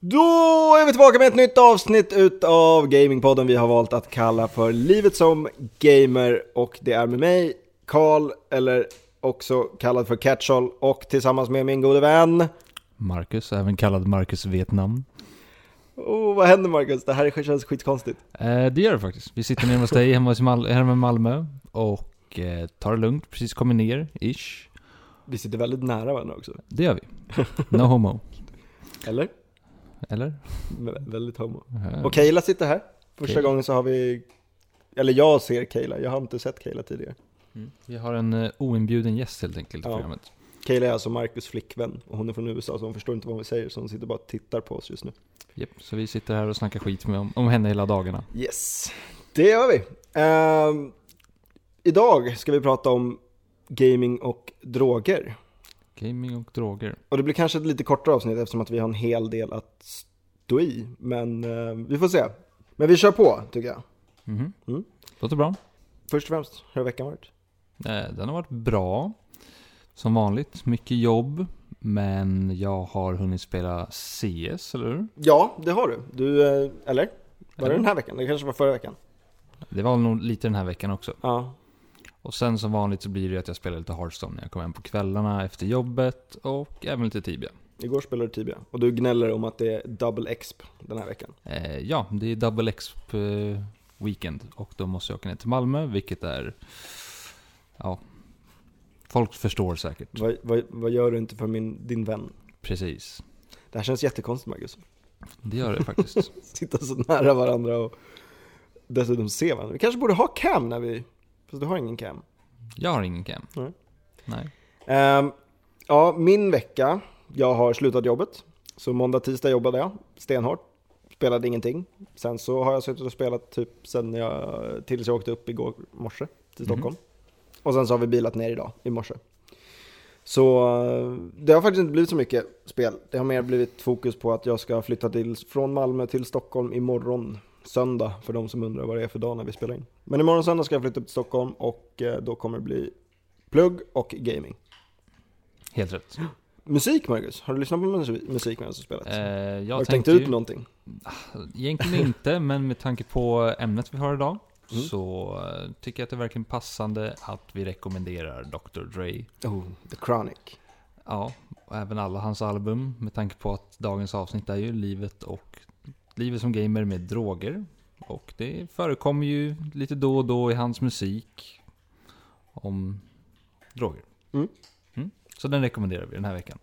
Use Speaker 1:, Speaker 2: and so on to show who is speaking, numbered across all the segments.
Speaker 1: Då är vi tillbaka med ett nytt avsnitt utav Gamingpodden vi har valt att kalla för Livet som Gamer och det är med mig, Karl, eller också kallad för Catchall och tillsammans med min gode vän...
Speaker 2: Marcus, även kallad Marcus Vietnam.
Speaker 1: Oh, vad händer Marcus? Det här känns skitkonstigt.
Speaker 2: Eh, det gör det faktiskt. Vi sitter nere hos dig hemma, hos Mal- hemma i Malmö och eh, tar det lugnt, precis kommit ner, ish.
Speaker 1: Vi sitter väldigt nära varandra också,
Speaker 2: Det gör vi. No homo.
Speaker 1: eller?
Speaker 2: Eller?
Speaker 1: Vä- Väldigt homo.
Speaker 2: Eh,
Speaker 1: Och Kayla sitter här. Första
Speaker 2: Kayla.
Speaker 1: gången så har vi... Eller jag ser Kayla, jag har inte sett Kayla tidigare.
Speaker 2: mm. Vi har en eh, oinbjuden gäst helt enkelt i
Speaker 1: Ja.
Speaker 2: programmet.
Speaker 1: Kayla är alltså Marcus flickvän och hon är från USA så hon förstår inte vad vi säger så hon sitter bara och tittar på oss just nu.
Speaker 2: Japp, så vi sitter här och snackar skit med, om, om henne hela dagarna.
Speaker 1: Yes, det gör vi. Ehm, idag ska vi prata om gaming och droger.
Speaker 2: Gaming och droger.
Speaker 1: Och det blir kanske ett lite kortare avsnitt eftersom att vi har en hel del att stå i. Men eh, vi får se. Men vi kör på tycker jag.
Speaker 2: Mhm.
Speaker 1: Mm.
Speaker 2: Låter bra.
Speaker 1: Först och främst, hur har veckan varit?
Speaker 2: Eh, Den har varit bra. Som vanligt, mycket jobb. Men jag har hunnit spela CS, eller hur?
Speaker 1: Ja, det har du. Du, eh, eller? Var det
Speaker 2: Eller?
Speaker 1: den här veckan? Det kanske var förra veckan?
Speaker 2: Det var nog lite den här veckan också.
Speaker 1: Ja.
Speaker 2: Och sen som vanligt så blir det ju att jag spelar lite Hearthstone när jag kommer hem på kvällarna efter jobbet och även lite Tibia.
Speaker 1: Igår spelade du Tibia och du gnäller om att det är double exp den här veckan.
Speaker 2: Eh, ja, det är Double X eh, Weekend och då måste jag åka ner till Malmö, vilket är... Ja. Folk förstår säkert.
Speaker 1: Vad, vad, vad gör du inte för min, din vän?
Speaker 2: Precis.
Speaker 1: Det här känns jättekonstigt Marcus.
Speaker 2: Det gör det faktiskt.
Speaker 1: sitta så nära varandra och dessutom se varandra. Vi kanske borde ha cam när vi... Fast du har ingen cam.
Speaker 2: Jag har ingen cam.
Speaker 1: Nej.
Speaker 2: Nej.
Speaker 1: Ehm, ja, min vecka. Jag har slutat jobbet. Så måndag, tisdag jobbade jag stenhårt. Spelade ingenting. Sen så har jag suttit och spelat typ sen jag, tills jag åkte upp igår morse till
Speaker 2: Mhm.
Speaker 1: Stockholm. Och sen så har vi bilat ner idag, i morse. Så eh, det har faktiskt inte blivit så mycket spel. Det har mer blivit fokus på att jag ska flytta till, från Malmö till Stockholm imorgon söndag. För de som undrar vad det är för dag när vi spelar in. Men imorgon söndag ska jag flytta upp till Stockholm och eh, då kommer det bli plugg och gaming.
Speaker 2: Helt rätt.
Speaker 1: Musik Marcus, har du lyssnat på mus- musik medan du spelat?
Speaker 2: Eh, jag
Speaker 1: har du tänkt
Speaker 2: tänkte
Speaker 1: ut
Speaker 2: ju-
Speaker 1: någonting?
Speaker 2: Egentligen inte, men med tanke på ämnet vi har idag
Speaker 1: Mm.
Speaker 2: så eh, tycker jag att det är verkligen passande att vi rekommenderar Dr. Dre.
Speaker 1: Oh, The Chronic.
Speaker 2: Ja, och även alla hans album med tanke på att dagens avsnitt är ju livet och livet som gamer med droger. Och det förekommer ju lite då och då i hans musik om droger.
Speaker 1: Mm.
Speaker 2: Mm. Så den rekommenderar vi den här veckan.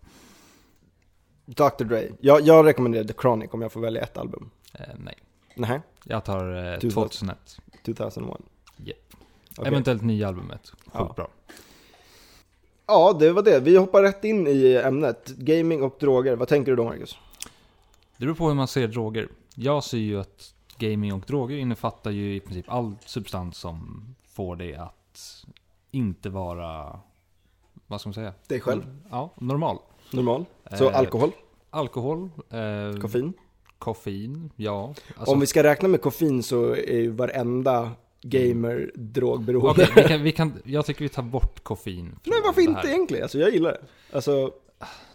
Speaker 1: Dr Dre. Jag, jag rekommenderar The Chronic om jag får välja ett album.
Speaker 2: Eh, nej,
Speaker 1: Nej,
Speaker 2: jag tar eh,
Speaker 1: Du-
Speaker 2: 2001.
Speaker 1: 2001.
Speaker 2: Yep.
Speaker 1: Okej.
Speaker 2: Eventuellt nya albumet. Sjukt
Speaker 1: Ja.
Speaker 2: bra.
Speaker 1: Ja, det var det. Vi hoppar rätt in i ämnet. Gaming och droger. Vad tänker du då Marcus?
Speaker 2: Det beror på hur man ser droger. Jag ser ju att gaming och droger innefattar ju i princip all substans som får dig att inte vara, vad ska man säga?
Speaker 1: Dig själv.
Speaker 2: Ja, normal.
Speaker 1: Mm. Normal. Så
Speaker 2: Eh,
Speaker 1: alkohol,
Speaker 2: Alkohol, eh,
Speaker 1: koffein.
Speaker 2: koffein, ja. Alltså,
Speaker 1: Om vi ska räkna med koffein så är ju varenda gamer drogberoende.
Speaker 2: Okej, vi kan, vi kan, jag tycker vi tar bort koffein. från
Speaker 1: Nej, varför
Speaker 2: det här.
Speaker 1: inte egentligen? Alltså jag gillar det. Alltså,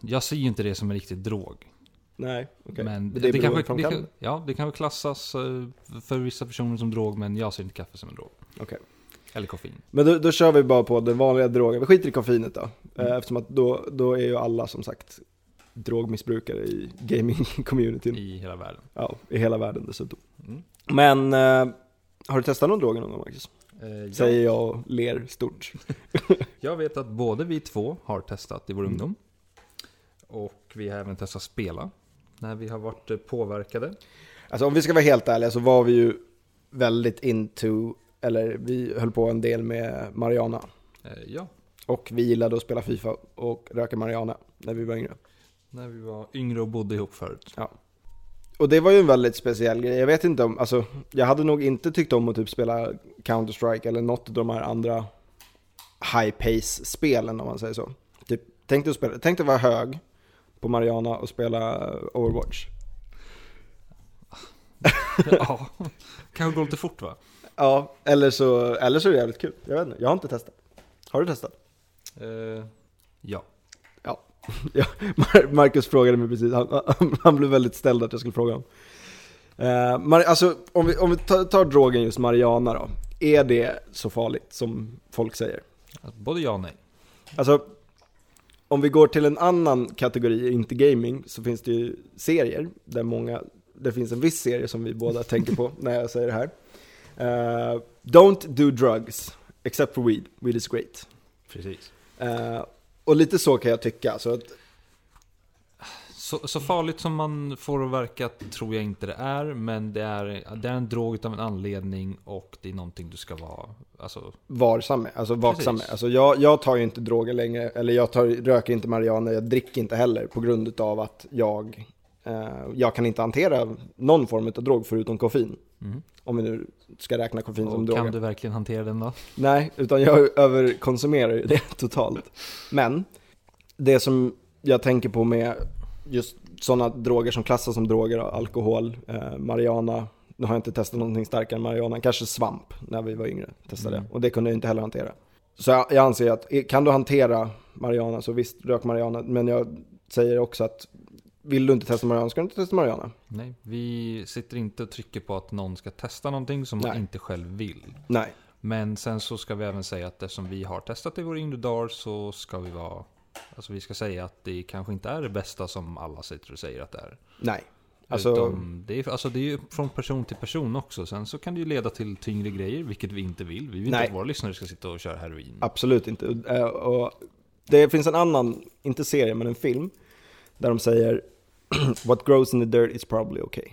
Speaker 2: Jag ser ju inte det som en riktig drog.
Speaker 1: nej. okej.
Speaker 2: Men det,
Speaker 1: är
Speaker 2: det, kanske, det,
Speaker 1: beroendeframkallande.
Speaker 2: kan- ja, det kanske klassas eh, för vissa personer som drog, men jag ser inte kaffe som en drog.
Speaker 1: Okej.
Speaker 2: Eller koffein.
Speaker 1: Men då, då kör vi bara på den vanliga drogen. Vi skiter i koffeinet då. Mm. Eftersom att då, då är ju alla som sagt drogmissbrukare i gaming-communityn.
Speaker 2: I hela världen.
Speaker 1: Ja, i hela världen dessutom.
Speaker 2: Mm.
Speaker 1: Men eh, har du testat någon drog någon gång Marcus?
Speaker 2: Eh, ja.
Speaker 1: Säger jag och ler stort.
Speaker 2: Jag vet att både vi två har testat i vår ungdom. Och vi har även testat spela. När vi har varit eh, påverkade.
Speaker 1: Alltså om vi ska vara helt ärliga så var vi ju väldigt into, eller vi höll på en del med Mariana.
Speaker 2: Eh, ja,
Speaker 1: Och vi gillade att spela Fifa och röka Mariana när vi var yngre.
Speaker 2: när vi var yngre och bodde ihop förut.
Speaker 1: Och det var ju en väldigt speciell grej. Jag vet inte om, alltså jag hade nog inte tyckt om att typ spela Counter-Strike eller något av de här andra high pace-spelen om man säger så. Typ, tänk dig att spela, tänk dig att vara hög på Mariana och spela Overwatch.
Speaker 2: ja, kanske går lite fort va?
Speaker 1: Ja, eller så, eller så är det jävligt kul. Jag vet inte, jag har inte testat. Har du testat?
Speaker 2: Eh, ja.
Speaker 1: Ja. Ja, Mar- Marcus frågade mig precis, han, han, han blev väldigt ställd att jag skulle fråga om. Eh, Mar- alltså, om vi, om vi tar, tar drogen just Mariana då, är det så farligt som folk säger?
Speaker 2: Alltså, Både ja och nej.
Speaker 1: Alltså, om vi går till en annan kategori, inte gaming, så finns det ju serier där många, det finns en viss serie som vi båda tänker på när jag säger det här. Eh, don't do drugs, except for weed, weed is great.
Speaker 2: Precis.
Speaker 1: Eh, och lite så kan jag tycka, så att
Speaker 2: Så, så farligt som man får det att verka tror jag inte det är. Men det är, det är en drog utav en anledning och det är någonting du ska vara... Alltså,
Speaker 1: varsam med, alltså vaksam med.
Speaker 2: Precis.
Speaker 1: Alltså jag, jag tar ju inte droger längre, eller jag tar, röker inte marijuana, jag dricker inte heller på grund av att jag, eh, jag kan inte hantera någon form av drog förutom koffein.
Speaker 2: mm.
Speaker 1: Om vi nu ska räkna koffein som
Speaker 2: och
Speaker 1: droger.
Speaker 2: kan du verkligen hantera den då?
Speaker 1: Nej, utan jag överkonsumerar ju det totalt. Men det som jag tänker på med just sådana droger som klassas som droger, då, alkohol, eh, marijuana, nu har jag inte testat någonting starkare än marijuana, kanske svamp när vi var yngre testade jag.
Speaker 2: Mm.
Speaker 1: Och det kunde jag inte heller hantera. Så jag, jag anser att eh, kan du hantera marijuana så visst, rök marijuana. Men jag säger också att vill du inte testa marijuana ska du inte testa marijuana.
Speaker 2: Nej, vi sitter inte och trycker på att någon ska testa någonting som man
Speaker 1: Nej.
Speaker 2: inte själv vill.
Speaker 1: Nej,
Speaker 2: Men sen så ska vi även säga att eftersom vi har testat i våra yngre dagar så ska vi vara... Alltså vi ska säga att det kanske inte är det bästa som alla sitter och säger att det är.
Speaker 1: nej. Alltså,
Speaker 2: Utan det, är, alltså det är ju från person till person också. Sen så kan det ju leda till tyngre grejer, vilket vi inte vill. Vi vill
Speaker 1: Nej.
Speaker 2: inte att våra lyssnare ska sitta och köra heroin.
Speaker 1: Absolut inte. Eh, Och det finns en annan, inte serie, men en film där de säger What grows in the dirt is probably okay.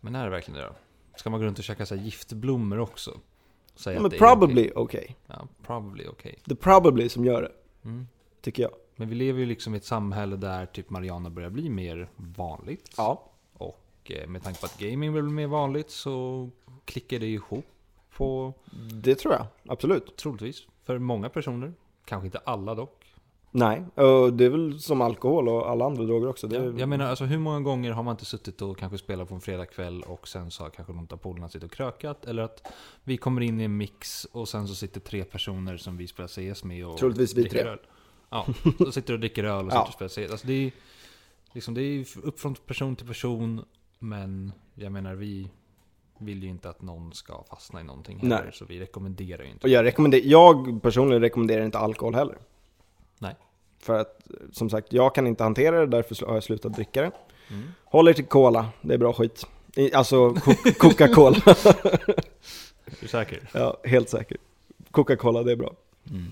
Speaker 2: Men är det verkligen det då? Ska man gå runt och käka så här giftblommor också? Och Säga
Speaker 1: Ja,
Speaker 2: att
Speaker 1: men
Speaker 2: det är okej?
Speaker 1: probably okay.
Speaker 2: Ja, probably okej.
Speaker 1: Det är probably som gör det,
Speaker 2: Mm.
Speaker 1: tycker jag.
Speaker 2: Men vi lever ju liksom i ett samhälle där typ Mariana börjar bli mer vanligt.
Speaker 1: Ja.
Speaker 2: Och eh, med tanke på att gaming blir mer vanligt så klickar det ihop på,
Speaker 1: Det tror jag, absolut.
Speaker 2: troligtvis, för många personer. Kanske inte alla dock.
Speaker 1: Nej, och det är väl som alkohol och alla andra droger också. Det är,
Speaker 2: Jag menar, alltså hur många gånger har man inte suttit och kanske spelat på en fredagkväll och sen så har kanske någon av polarna suttit och krökat? Eller att vi kommer in i en mix och sen så sitter tre personer som vi spelar CS med och
Speaker 1: Troligtvis vi
Speaker 2: dricker
Speaker 1: tre.
Speaker 2: Öl. Ja, och sitter och dricker öl och
Speaker 1: Ja.
Speaker 2: sitter och spelar CS. Alltså det är liksom, det är ju upp från person till person, men jag menar vi vill ju inte att någon ska fastna i någonting heller,
Speaker 1: Nej.
Speaker 2: så vi rekommenderar ju inte.
Speaker 1: Och jag, rekommenderar, jag personligen rekommenderar inte alkohol heller.
Speaker 2: Nej.
Speaker 1: För att, som sagt, jag kan inte hantera det, därför sl- har jag slutat dricka det.
Speaker 2: Mm.
Speaker 1: Håll er till cola, det är bra skit. I- Alltså, co- Coca-Cola.
Speaker 2: Är du säker?
Speaker 1: Ja, helt säker. Coca-Cola, det är bra.
Speaker 2: Mm.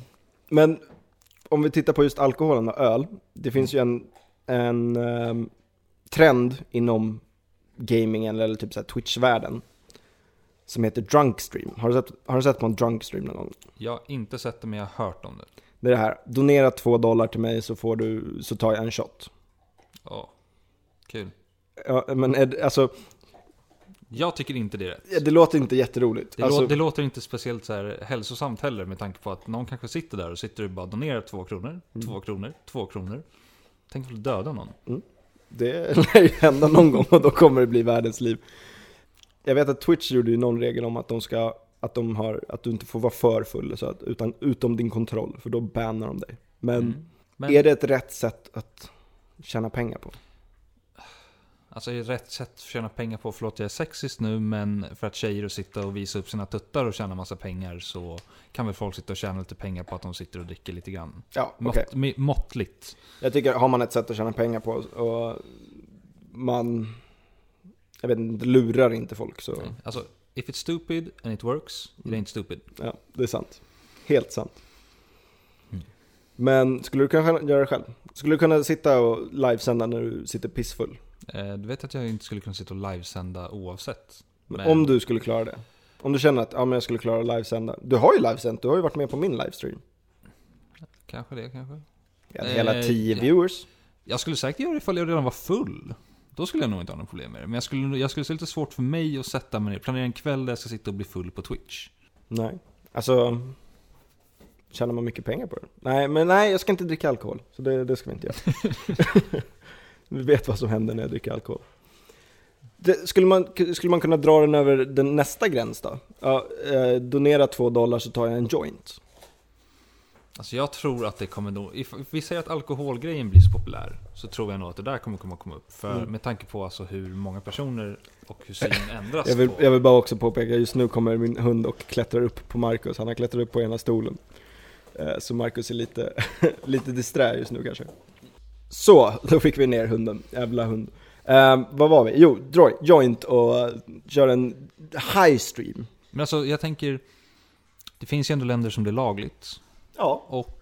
Speaker 1: Men om vi tittar på just alkoholen och öl. Det finns ju en, en ehm, trend inom gamingen eller typ så här Twitch-världen. Som heter Drunkstream. Har du sett, har du sett på en Drunkstream någon gång?
Speaker 2: Jag har inte sett det, men jag har hört om det.
Speaker 1: Det är det här, donera två dollar till mig så, får du, så tar jag en shot.
Speaker 2: Ja, kul.
Speaker 1: Ja, men är, det- alltså,
Speaker 2: Jag tycker inte det är rätt.
Speaker 1: det låter inte jätteroligt.
Speaker 2: Det,
Speaker 1: alltså,
Speaker 2: låter, det låter inte speciellt så här hälsosamt heller med tanke på att någon kanske sitter där och sitter och bara donerar två kronor,
Speaker 1: Mm.
Speaker 2: två kronor, två kronor. Tänk om du dödar någon.
Speaker 1: Det lär ju hända någon gång och då kommer det bli världens liv. Jag vet att Twitch gjorde ju någon regel om att de ska att, de har, att du inte får vara för full så att, utan, utom din kontroll, för då bannar de dig. Men,
Speaker 2: Mm. Men
Speaker 1: är det ett rätt sätt att tjäna pengar på?
Speaker 2: alltså är det rätt sätt att tjäna pengar på, förlåt jag är sexist nu, men för att tjejer att sitta och visa upp sina tuttar och tjäna massa pengar så kan väl folk sitta och tjäna lite pengar på att de sitter och dricker lite grann.
Speaker 1: Ja, okej.
Speaker 2: Mått, mi- Måttligt.
Speaker 1: Jag tycker, har man ett sätt att tjäna pengar på och man, jag vet inte, lurar inte folk så, Mm.
Speaker 2: Alltså, if it's stupid and it works, it ain't stupid.
Speaker 1: ja, det är sant. Helt sant.
Speaker 2: Mm.
Speaker 1: Men skulle du kunna göra det själv? Skulle du kunna sitta och livesända när du sitter pissfull?
Speaker 2: Eh, Du vet att jag inte skulle kunna sitta och livesända oavsett.
Speaker 1: Men
Speaker 2: Men-
Speaker 1: om du skulle klara det? Om du känner att ja, men jag skulle klara att livesända. Du har ju livesänt, du har ju varit med på min livestream.
Speaker 2: Kanske det, kanske.
Speaker 1: Jag hade hela
Speaker 2: Eh,
Speaker 1: tio
Speaker 2: ja.
Speaker 1: viewers.
Speaker 2: Jag skulle säkert göra det ifall jag redan var full. Då skulle jag nog inte ha några problem med det. Men jag skulle, jag skulle se lite svårt för mig att sätta mig ner. Planera en kväll där jag ska sitta och bli full på Twitch.
Speaker 1: Nej. Alltså, tjänar man mycket pengar på det? Nej, men nej, jag ska inte dricka alkohol. Så det, det ska vi inte göra. vi vet vad som händer när jag dricker alkohol. Det, skulle, man, skulle man kunna dra den över den nästa gräns då? Ja, eh, donera två dollar så tar jag en joint.
Speaker 2: Alltså jag tror att det kommer nog... If if vi säger att alkoholgrejen blir så populär så tror jag nog att det där kommer komma komma upp. För
Speaker 1: Mm.
Speaker 2: med tanke på alltså hur många personer och hur syn ändras
Speaker 1: Jag vill,
Speaker 2: på...
Speaker 1: jag vill bara också påpeka, just nu kommer min hund och klättrar upp på Marcus. Han har klättrat upp på ena stolen. Eh, Så Marcus är lite, lite disträ just nu kanske. Så, då fick vi ner hunden. Jävla hund. Eh, vad var vi? Jo, dra- joint och eh, kör en high stream.
Speaker 2: Men alltså jag tänker... Det finns ju ändå länder som det är lagligt.
Speaker 1: Ja.
Speaker 2: Och...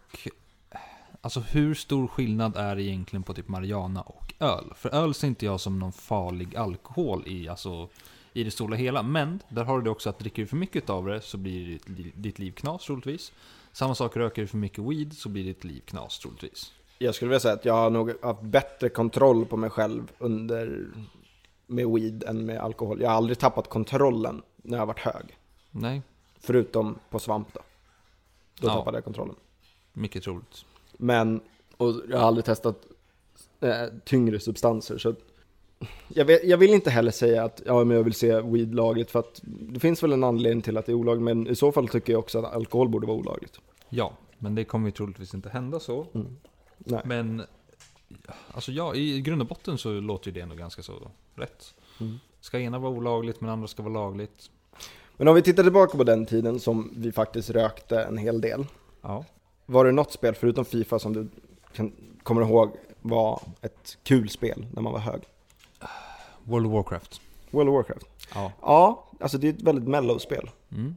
Speaker 2: eh, Alltså hur stor skillnad är det egentligen på typ Mariana och öl? För öl ser inte jag som någon farlig alkohol i, alltså, i det stora hela. Men där har du det också att dricker du för mycket av det så blir ditt, li- ditt liv knas troligtvis. Samma sak röker du för mycket weed så blir ditt liv knas troligtvis.
Speaker 1: Jag skulle vilja säga att jag har nog haft bättre kontroll på mig själv under med weed än med alkohol. Jag har aldrig tappat kontrollen när jag har varit hög.
Speaker 2: Nej,
Speaker 1: Förutom på svamp då. Då
Speaker 2: Ja.
Speaker 1: tappade jag kontrollen.
Speaker 2: mycket troligt.
Speaker 1: Men, och jag har aldrig testat eh, tyngre substanser. Så att, jag, vet, jag vill inte heller säga att ja, men jag vill se weed lagligt för att det finns väl en anledning till att det är olagligt. Men i så fall tycker jag också att alkohol borde vara olagligt.
Speaker 2: Ja, men det kommer ju troligtvis inte hända så.
Speaker 1: Nej.
Speaker 2: Men alltså ja, i grund och botten så låter ju det ändå ganska så rätt.
Speaker 1: Mm.
Speaker 2: Ska ena vara olagligt men andra ska vara lagligt?
Speaker 1: Men om vi tittar tillbaka på den tiden som vi faktiskt rökte en hel del.
Speaker 2: Ja.
Speaker 1: Var det något spel förutom Fifa som du kan, kommer ihåg var ett kul spel när man var hög?
Speaker 2: World of Warcraft.
Speaker 1: World of Warcraft?
Speaker 2: Ja.
Speaker 1: Ja, alltså det är ett väldigt mellow spel.
Speaker 2: Mm.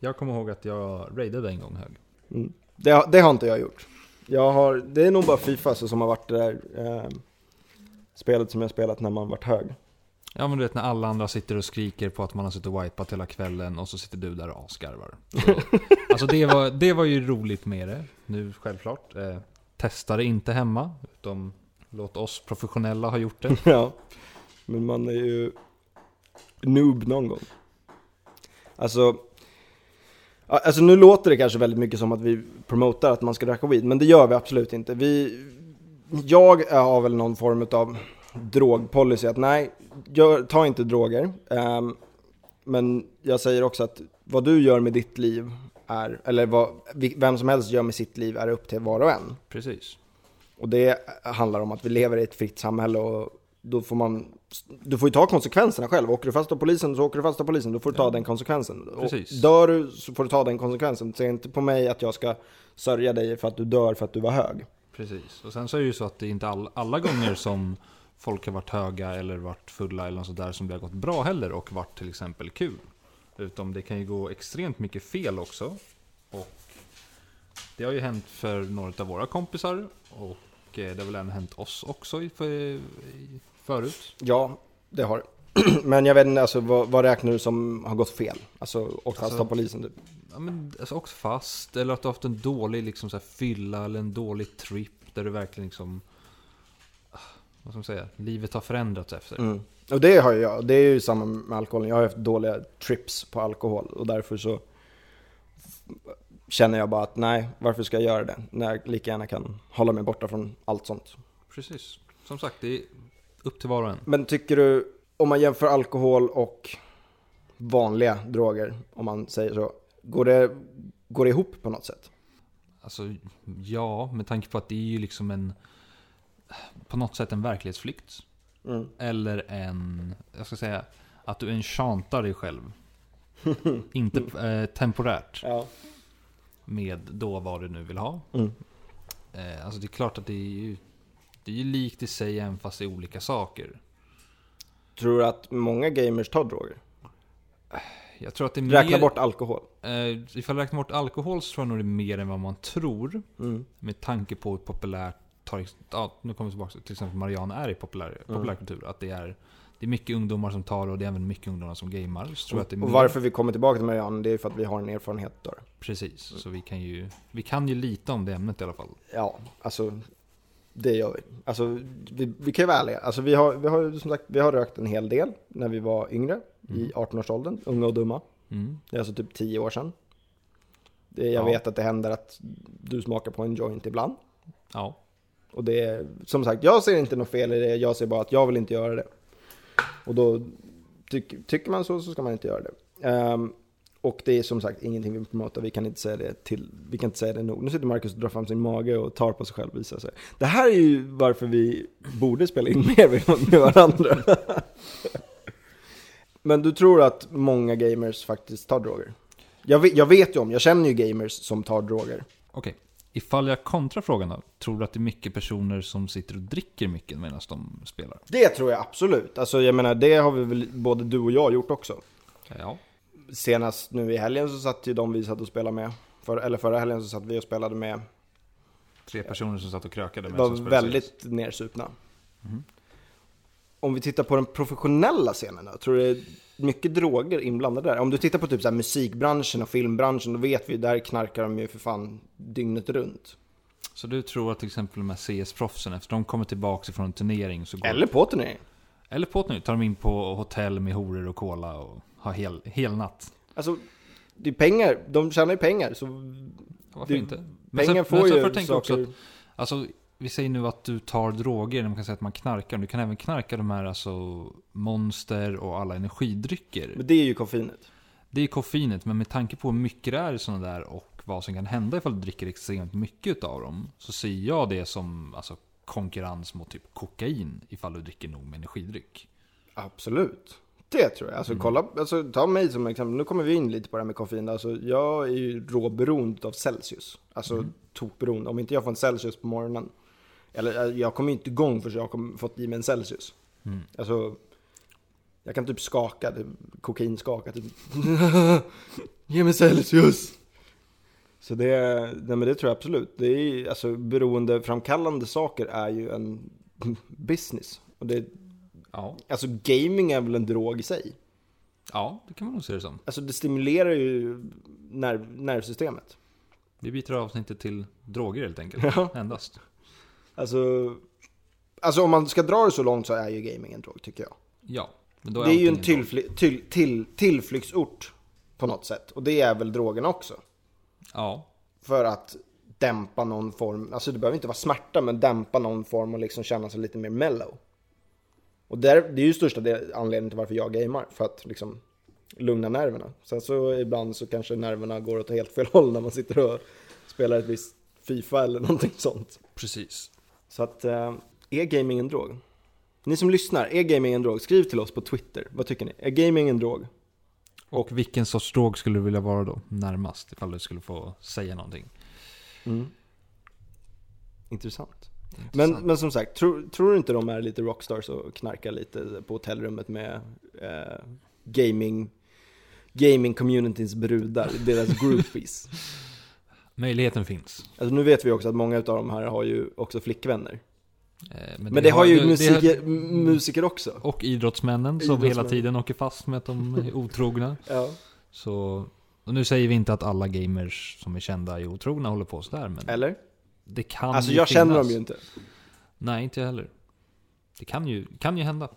Speaker 2: Jag kommer ihåg att jag raidade en gång hög.
Speaker 1: Mm. Det, har- det har inte jag gjort. Jag har, det är nog bara Fifa så som har varit det där eh, spelet som jag spelat när man varit hög.
Speaker 2: Ja men du vet när alla andra sitter och skriker på att man har suttit och wipat hela kvällen och så sitter du där och asgarvar. Så- Alltså det var, det var ju roligt med det, nu självklart. Eh, testa det inte hemma, utom låt oss professionella ha gjort det.
Speaker 1: ja. Men man är ju noob någon gång. Alltså, ja, alltså nu låter det kanske väldigt mycket som att vi promotar att man ska röka weed, men det gör vi absolut inte. Vi, jag har väl någon form av drogpolicy att nej, gör, ta inte droger. Ehm, men jag säger också att vad du gör med ditt liv är, eller vad vi- vem som helst gör med sitt liv är upp till var och en.
Speaker 2: Precis.
Speaker 1: Och det handlar om att vi lever i ett fritt samhälle och då får man, du får ju ta konsekvenserna själv. Åker du fast av polisen så åker du fast av polisen, då får du ta
Speaker 2: Ja.
Speaker 1: den konsekvensen. Och
Speaker 2: Precis.
Speaker 1: dör du så får du ta den konsekvensen. Säg inte på mig att jag ska sörja dig för att du dör för att du var hög.
Speaker 2: Precis. Och sen så är det ju så att det är inte all, alla gånger som folk har varit höga eller varit fulla eller något sådär som det har gått bra heller och varit till exempel kul. Utom det kan ju gå extremt mycket fel också. Och det har ju hänt för några av våra kompisar och eh, det har väl även hänt oss också i, för, i, förut.
Speaker 1: Ja, det har Men jag vet inte, alltså, vad, vad räknar du som har gått fel? Alltså åkt fast
Speaker 2: Alltså-
Speaker 1: av polisen typ.
Speaker 2: Ja, men, alltså, åkt fast eller att du har haft en dålig liksom, så här, fylla eller en dålig trip där du verkligen liksom... ah, Vad ska man säga? Livet har förändrats efter.
Speaker 1: Mm. Och det har ju jag, det är ju samma med alkoholen. Jag har haft dåliga trips på alkohol och därför så känner jag bara att nej, varför ska jag göra det? När jag lika gärna kan hålla mig borta från allt sånt.
Speaker 2: Precis. Som sagt, det är upp till var och en.
Speaker 1: Men tycker du, om man jämför alkohol och vanliga droger, om man säger så, går det, går det ihop på något sätt?
Speaker 2: Alltså, ja, med tanke på att det är ju liksom en... På något sätt en verklighetsflykt.
Speaker 1: Mm.
Speaker 2: Eller en... Jag ska säga att du enchantar dig själv. Inte eh, temporärt.
Speaker 1: Ja.
Speaker 2: Med då vad du nu vill ha.
Speaker 1: Mm.
Speaker 2: Eh, alltså det är klart att det är ju... Det är ju likt i sig även fast det är olika saker.
Speaker 1: Tror du att många gamers tar droger?
Speaker 2: Jag tror att det är
Speaker 1: Räkna
Speaker 2: mer...
Speaker 1: bort alkohol?
Speaker 2: Eh, ifall jag räknar bort alkohol så tror jag nog det är mer än vad man tror.
Speaker 1: Mm.
Speaker 2: Med tanke på hur populärt, tar, ja, nu kommer vi tillbaka till exempel Marianne är i populär,
Speaker 1: Mm.
Speaker 2: populärkultur. Att det är, det är mycket ungdomar som tar det och det är även mycket ungdomar som gamar. Så tror jag att det är
Speaker 1: och
Speaker 2: mer-
Speaker 1: varför vi kommer tillbaka till Marianne, det är för att vi har en erfarenhet av det.
Speaker 2: Precis, så vi kan, ju, vi kan ju lite om det ämnet i alla fall.
Speaker 1: Ja, alltså det gör vi. Alltså vi, vi kan ju vara ärliga. Alltså vi har, vi har ju som sagt, vi har rökt en hel del när vi var yngre, i 18-årsåldern, unga och dumma.
Speaker 2: Mm.
Speaker 1: Det är alltså typ 10 år sedan. Det, jag
Speaker 2: Ja.
Speaker 1: vet att det händer att du smakar på en joint ibland.
Speaker 2: Ja,
Speaker 1: Och det är, som sagt, jag ser inte något fel i det, jag ser bara att jag vill inte göra det. Och då tyck, tycker man så, så ska man inte göra det. Ehm, Och det är som sagt ingenting vi promotar, vi kan inte säga det, till, vi kan inte säga det nog. Nu sitter Marcus och drar fram sin mage och tar på sig själv visar sig. Det här är ju varför vi borde spela in mer med varandra. Men du tror att många gamers faktiskt tar droger? Jag vet, jag vet ju om, jag känner ju gamers som tar droger.
Speaker 2: Okej, ifall jag kontrar frågan då. Tror du att det är mycket personer som sitter och dricker mycket medan de spelar?
Speaker 1: Det tror jag absolut. Alltså jag menar, det har vi väl både du och jag gjort också.
Speaker 2: Ja.
Speaker 1: Senast nu i helgen så satt ju de vi satt och spelade med, för, eller förra helgen så satt vi och spelade med,
Speaker 2: Tre personer som satt och krökade medan de
Speaker 1: var
Speaker 2: spelade Mhm. sex.
Speaker 1: väldigt nersupna. Om vi tittar på den professionella scenen då, tror du det är mycket droger inblandade där? Om du tittar på typ så här musikbranschen och filmbranschen, då vet vi, där knarkar de ju för fan dygnet runt.
Speaker 2: Så du tror att till exempel de här CS-proffsen, efter de kommer tillbaka från en turnering så går
Speaker 1: Eller på turnering.
Speaker 2: Eller på ett nu, tar de in på hotell med horor och cola och har hel, hel natt.
Speaker 1: Alltså, det är pengar, de tjänar ju pengar, så
Speaker 2: Varför
Speaker 1: Det-
Speaker 2: inte?
Speaker 1: pengar får
Speaker 2: så
Speaker 1: ju
Speaker 2: får du tänka också
Speaker 1: saker-
Speaker 2: att, alltså, vi säger nu att du tar droger, men man kan säga att man knarkar. Men du kan även knarka de här alltså, monster och alla energidrycker.
Speaker 1: men det är ju koffeinet.
Speaker 2: Det är koffeinet, men med tanke på hur mycket det är i sådana där och vad som kan hända ifall du dricker extremt mycket av dem. Så ser jag det som alltså, konkurrens mot typ kokain ifall du dricker nog med energidryck.
Speaker 1: Absolut. Det tror jag. Alltså, kolla, alltså, ta mig som exempel. Nu kommer vi in lite på det här med koffein. Alltså, jag är ju råberoende av Celsius. Alltså tokberoende. Om inte jag får en Celsius på morgonen. Eller eh, jag kommer ju inte igång förrän jag har fått i mig en Celsius.
Speaker 2: Mm.
Speaker 1: Alltså, jag kan typ skaka, typ, kokainskaka. Typ. Ge mig Celsius! Så det, nej men det tror jag absolut. Det är ju, alltså beroendeframkallande saker är ju en business. Och det,
Speaker 2: Ja,
Speaker 1: Alltså gaming är väl en drog i sig?
Speaker 2: ja, det kan man nog se det som.
Speaker 1: Alltså det stimulerar ju nerv, nervsystemet.
Speaker 2: Vi byter avsnittet till droger helt enkelt.
Speaker 1: Ja.
Speaker 2: Endast.
Speaker 1: Alltså, alltså om man ska dra det så långt så är ju gaming en drog tycker jag.
Speaker 2: Ja. Men då
Speaker 1: Det är ju en
Speaker 2: allting drog.
Speaker 1: tillfly, till, till, tillflyktsort på något sätt. Och det är väl drogerna också.
Speaker 2: Ja.
Speaker 1: För att dämpa någon form, alltså det behöver inte vara smärta men dämpa någon form och liksom känna sig lite mer mellow. Och där, det är ju största del, anledningen till varför jag gamer, för att liksom lugna nerverna. Sen så ibland så kanske nerverna går åt helt fel håll när man sitter och spelar ett visst Fifa eller någonting sånt.
Speaker 2: Precis.
Speaker 1: Så att, eh, är gaming en drog? Ni som lyssnar, är gaming en drog? Skriv till oss på Twitter, vad tycker ni? Är gaming en drog?
Speaker 2: Och vilken sorts drog skulle du vilja vara då? Närmast, ifall du skulle få säga någonting.
Speaker 1: Mm. Intressant. Men,
Speaker 2: Intressant.
Speaker 1: men som sagt, tror, tror du inte de är lite rockstars och knarkar lite på hotellrummet med eh, gaming, gaming communityns brudar, deras groupies?
Speaker 2: Möjligheten finns.
Speaker 1: Alltså, nu vet vi också att många av de här har ju också flickvänner.
Speaker 2: Eh,
Speaker 1: Men det, har ju
Speaker 2: det- det
Speaker 1: musiker, m- musiker också.
Speaker 2: och idrottsmännen som hela
Speaker 1: Idrottsmännen.
Speaker 2: tiden åker fast med att de är otrogna.
Speaker 1: Ja.
Speaker 2: Så, och nu säger vi inte att alla gamers som är kända är otrogna håller på sådär, men
Speaker 1: Eller?
Speaker 2: det kan
Speaker 1: Alltså
Speaker 2: ju
Speaker 1: jag känner
Speaker 2: finnas.
Speaker 1: dem ju inte.
Speaker 2: Nej, inte jag heller. Det kan ju, kan ju hända.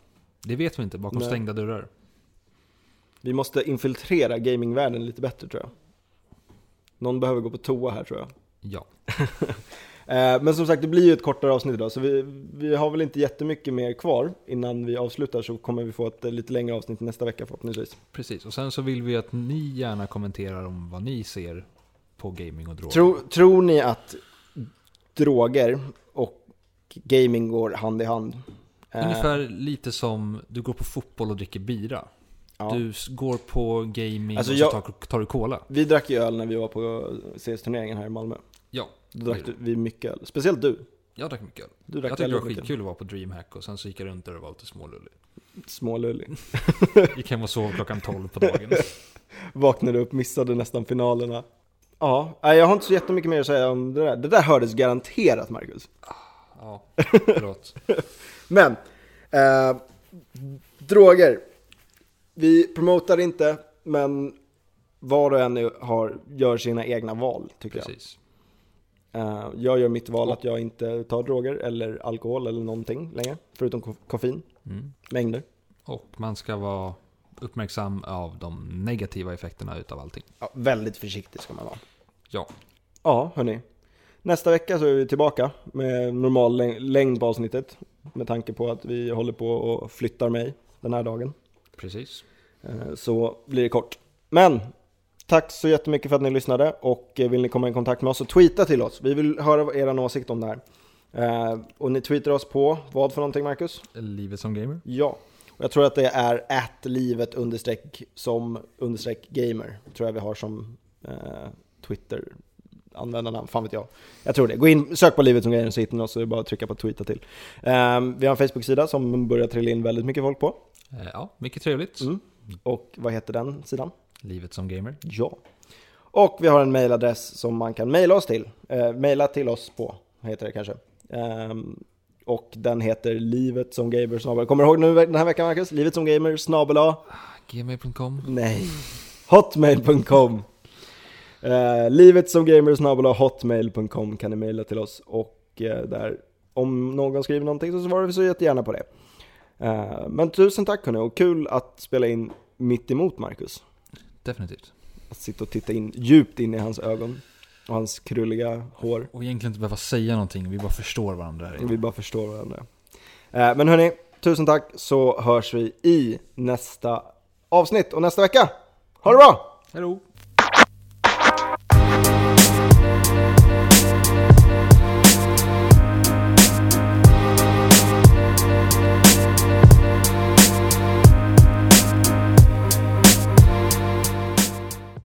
Speaker 2: Det vet vi inte bakom
Speaker 1: Nej.
Speaker 2: stängda dörrar.
Speaker 1: Vi måste infiltrera gamingvärlden lite bättre tror jag. Någon behöver gå på toa här tror jag.
Speaker 2: Ja.
Speaker 1: Eh, Men som sagt, det blir ju ett kortare avsnitt idag, så vi, vi har väl inte jättemycket mer kvar innan vi avslutar, så kommer vi få ett eh, lite längre avsnitt nästa vecka förhoppningsvis.
Speaker 2: Precis, och sen så vill vi att ni gärna kommenterar om vad ni ser på gaming och droger.
Speaker 1: Tror, tror ni att droger och gaming går hand i hand? Eh,
Speaker 2: Ungefär lite som du går på fotboll och dricker bira.
Speaker 1: ja.
Speaker 2: Du s- går på gaming
Speaker 1: Alltså
Speaker 2: och
Speaker 1: jag-
Speaker 2: så tar, tar du cola.
Speaker 1: Vi drack ju öl när vi var på CS-turneringen här i Malmö.
Speaker 2: Ja,
Speaker 1: Då drack du- vi mycket öl. Speciellt du.
Speaker 2: jag drack mycket öl.
Speaker 1: Du
Speaker 2: Jag
Speaker 1: drack
Speaker 2: tyckte det var
Speaker 1: väldigt mycket. öl.
Speaker 2: skitkul att vara på DreamHack och sen så gick jag runt där och var lite smålullig.
Speaker 1: Smålullig.
Speaker 2: Gick hem och sov klockan 12 på dagen.
Speaker 1: Vaknade upp, missade nästan finalerna. Ja, nej, jag har inte så jättemycket mer att säga om det där. Det där hördes garanterat, Marcus.
Speaker 2: Ja, förlåt.
Speaker 1: Men, eh, droger. Vi promotar inte, men var och en är- har, gör sina egna val tycker
Speaker 2: Precis.
Speaker 1: jag. Eh, jag gör mitt val att jag inte tar droger eller alkohol eller någonting längre. Förutom ko- koffein,
Speaker 2: Mm.
Speaker 1: mängder.
Speaker 2: Och man ska vara uppmärksam av de negativa effekterna utav allting.
Speaker 1: Ja, väldigt försiktig ska man vara.
Speaker 2: Ja,
Speaker 1: Ja, hörni. Nästa vecka så är vi tillbaka med normal läng- längd på avsnittet. Med tanke på att vi håller på och flyttar mig den här dagen.
Speaker 2: precis.
Speaker 1: Eh, Så blir det kort. Men Tack så jättemycket för att ni lyssnade och eh, vill ni komma i kontakt med oss så tweeta till oss. Vi vill höra er åsikt om det här. Eh, och ni tweetar oss på vad för någonting Marcus?
Speaker 2: Livet som gamer.
Speaker 1: Ja, och jag tror att det är at livet understreck som understreck gamer. Tror jag vi har som eh, Twitter användarnamn, fan vet jag. Jag tror det. Gå in, sök på livet som gamer så hittar ni oss så är det bara att trycka på tweeta till. Eh, vi har en Facebook-sida som börjar trilla in väldigt mycket folk på.
Speaker 2: Eh, Ja, mycket trevligt.
Speaker 1: Mm. Och vad heter den sidan?
Speaker 2: Livet som gamer.
Speaker 1: Ja. Och vi har en mailadress som man kan mejla oss till. Eh, mejla till oss på, heter det kanske. Ehm, och den heter livet som gamer snabel. Kommer du ihåg nu den här veckan Marcus? Livet som gamer snabel A?
Speaker 2: Gmail.com.
Speaker 1: Nej. Hotmail.com. Eh, livet som gamer snabel A hotmail.com kan ni mejla till oss. Och eh, där, om någon skriver någonting så svarar vi så jättegärna på det. Eh, men tusen tack hörni och kul att spela in mitt emot Marcus
Speaker 2: Definitivt.
Speaker 1: att sitta och titta in djupt in i hans ögon och hans krulliga hår.
Speaker 2: Och egentligen inte behöva säga någonting, vi bara förstår varandra. här inne.
Speaker 1: Vi bara förstår varandra. Eh, Men hörni, tusen tack så hörs vi i nästa avsnitt och nästa vecka. Ha det bra!
Speaker 2: Hej då!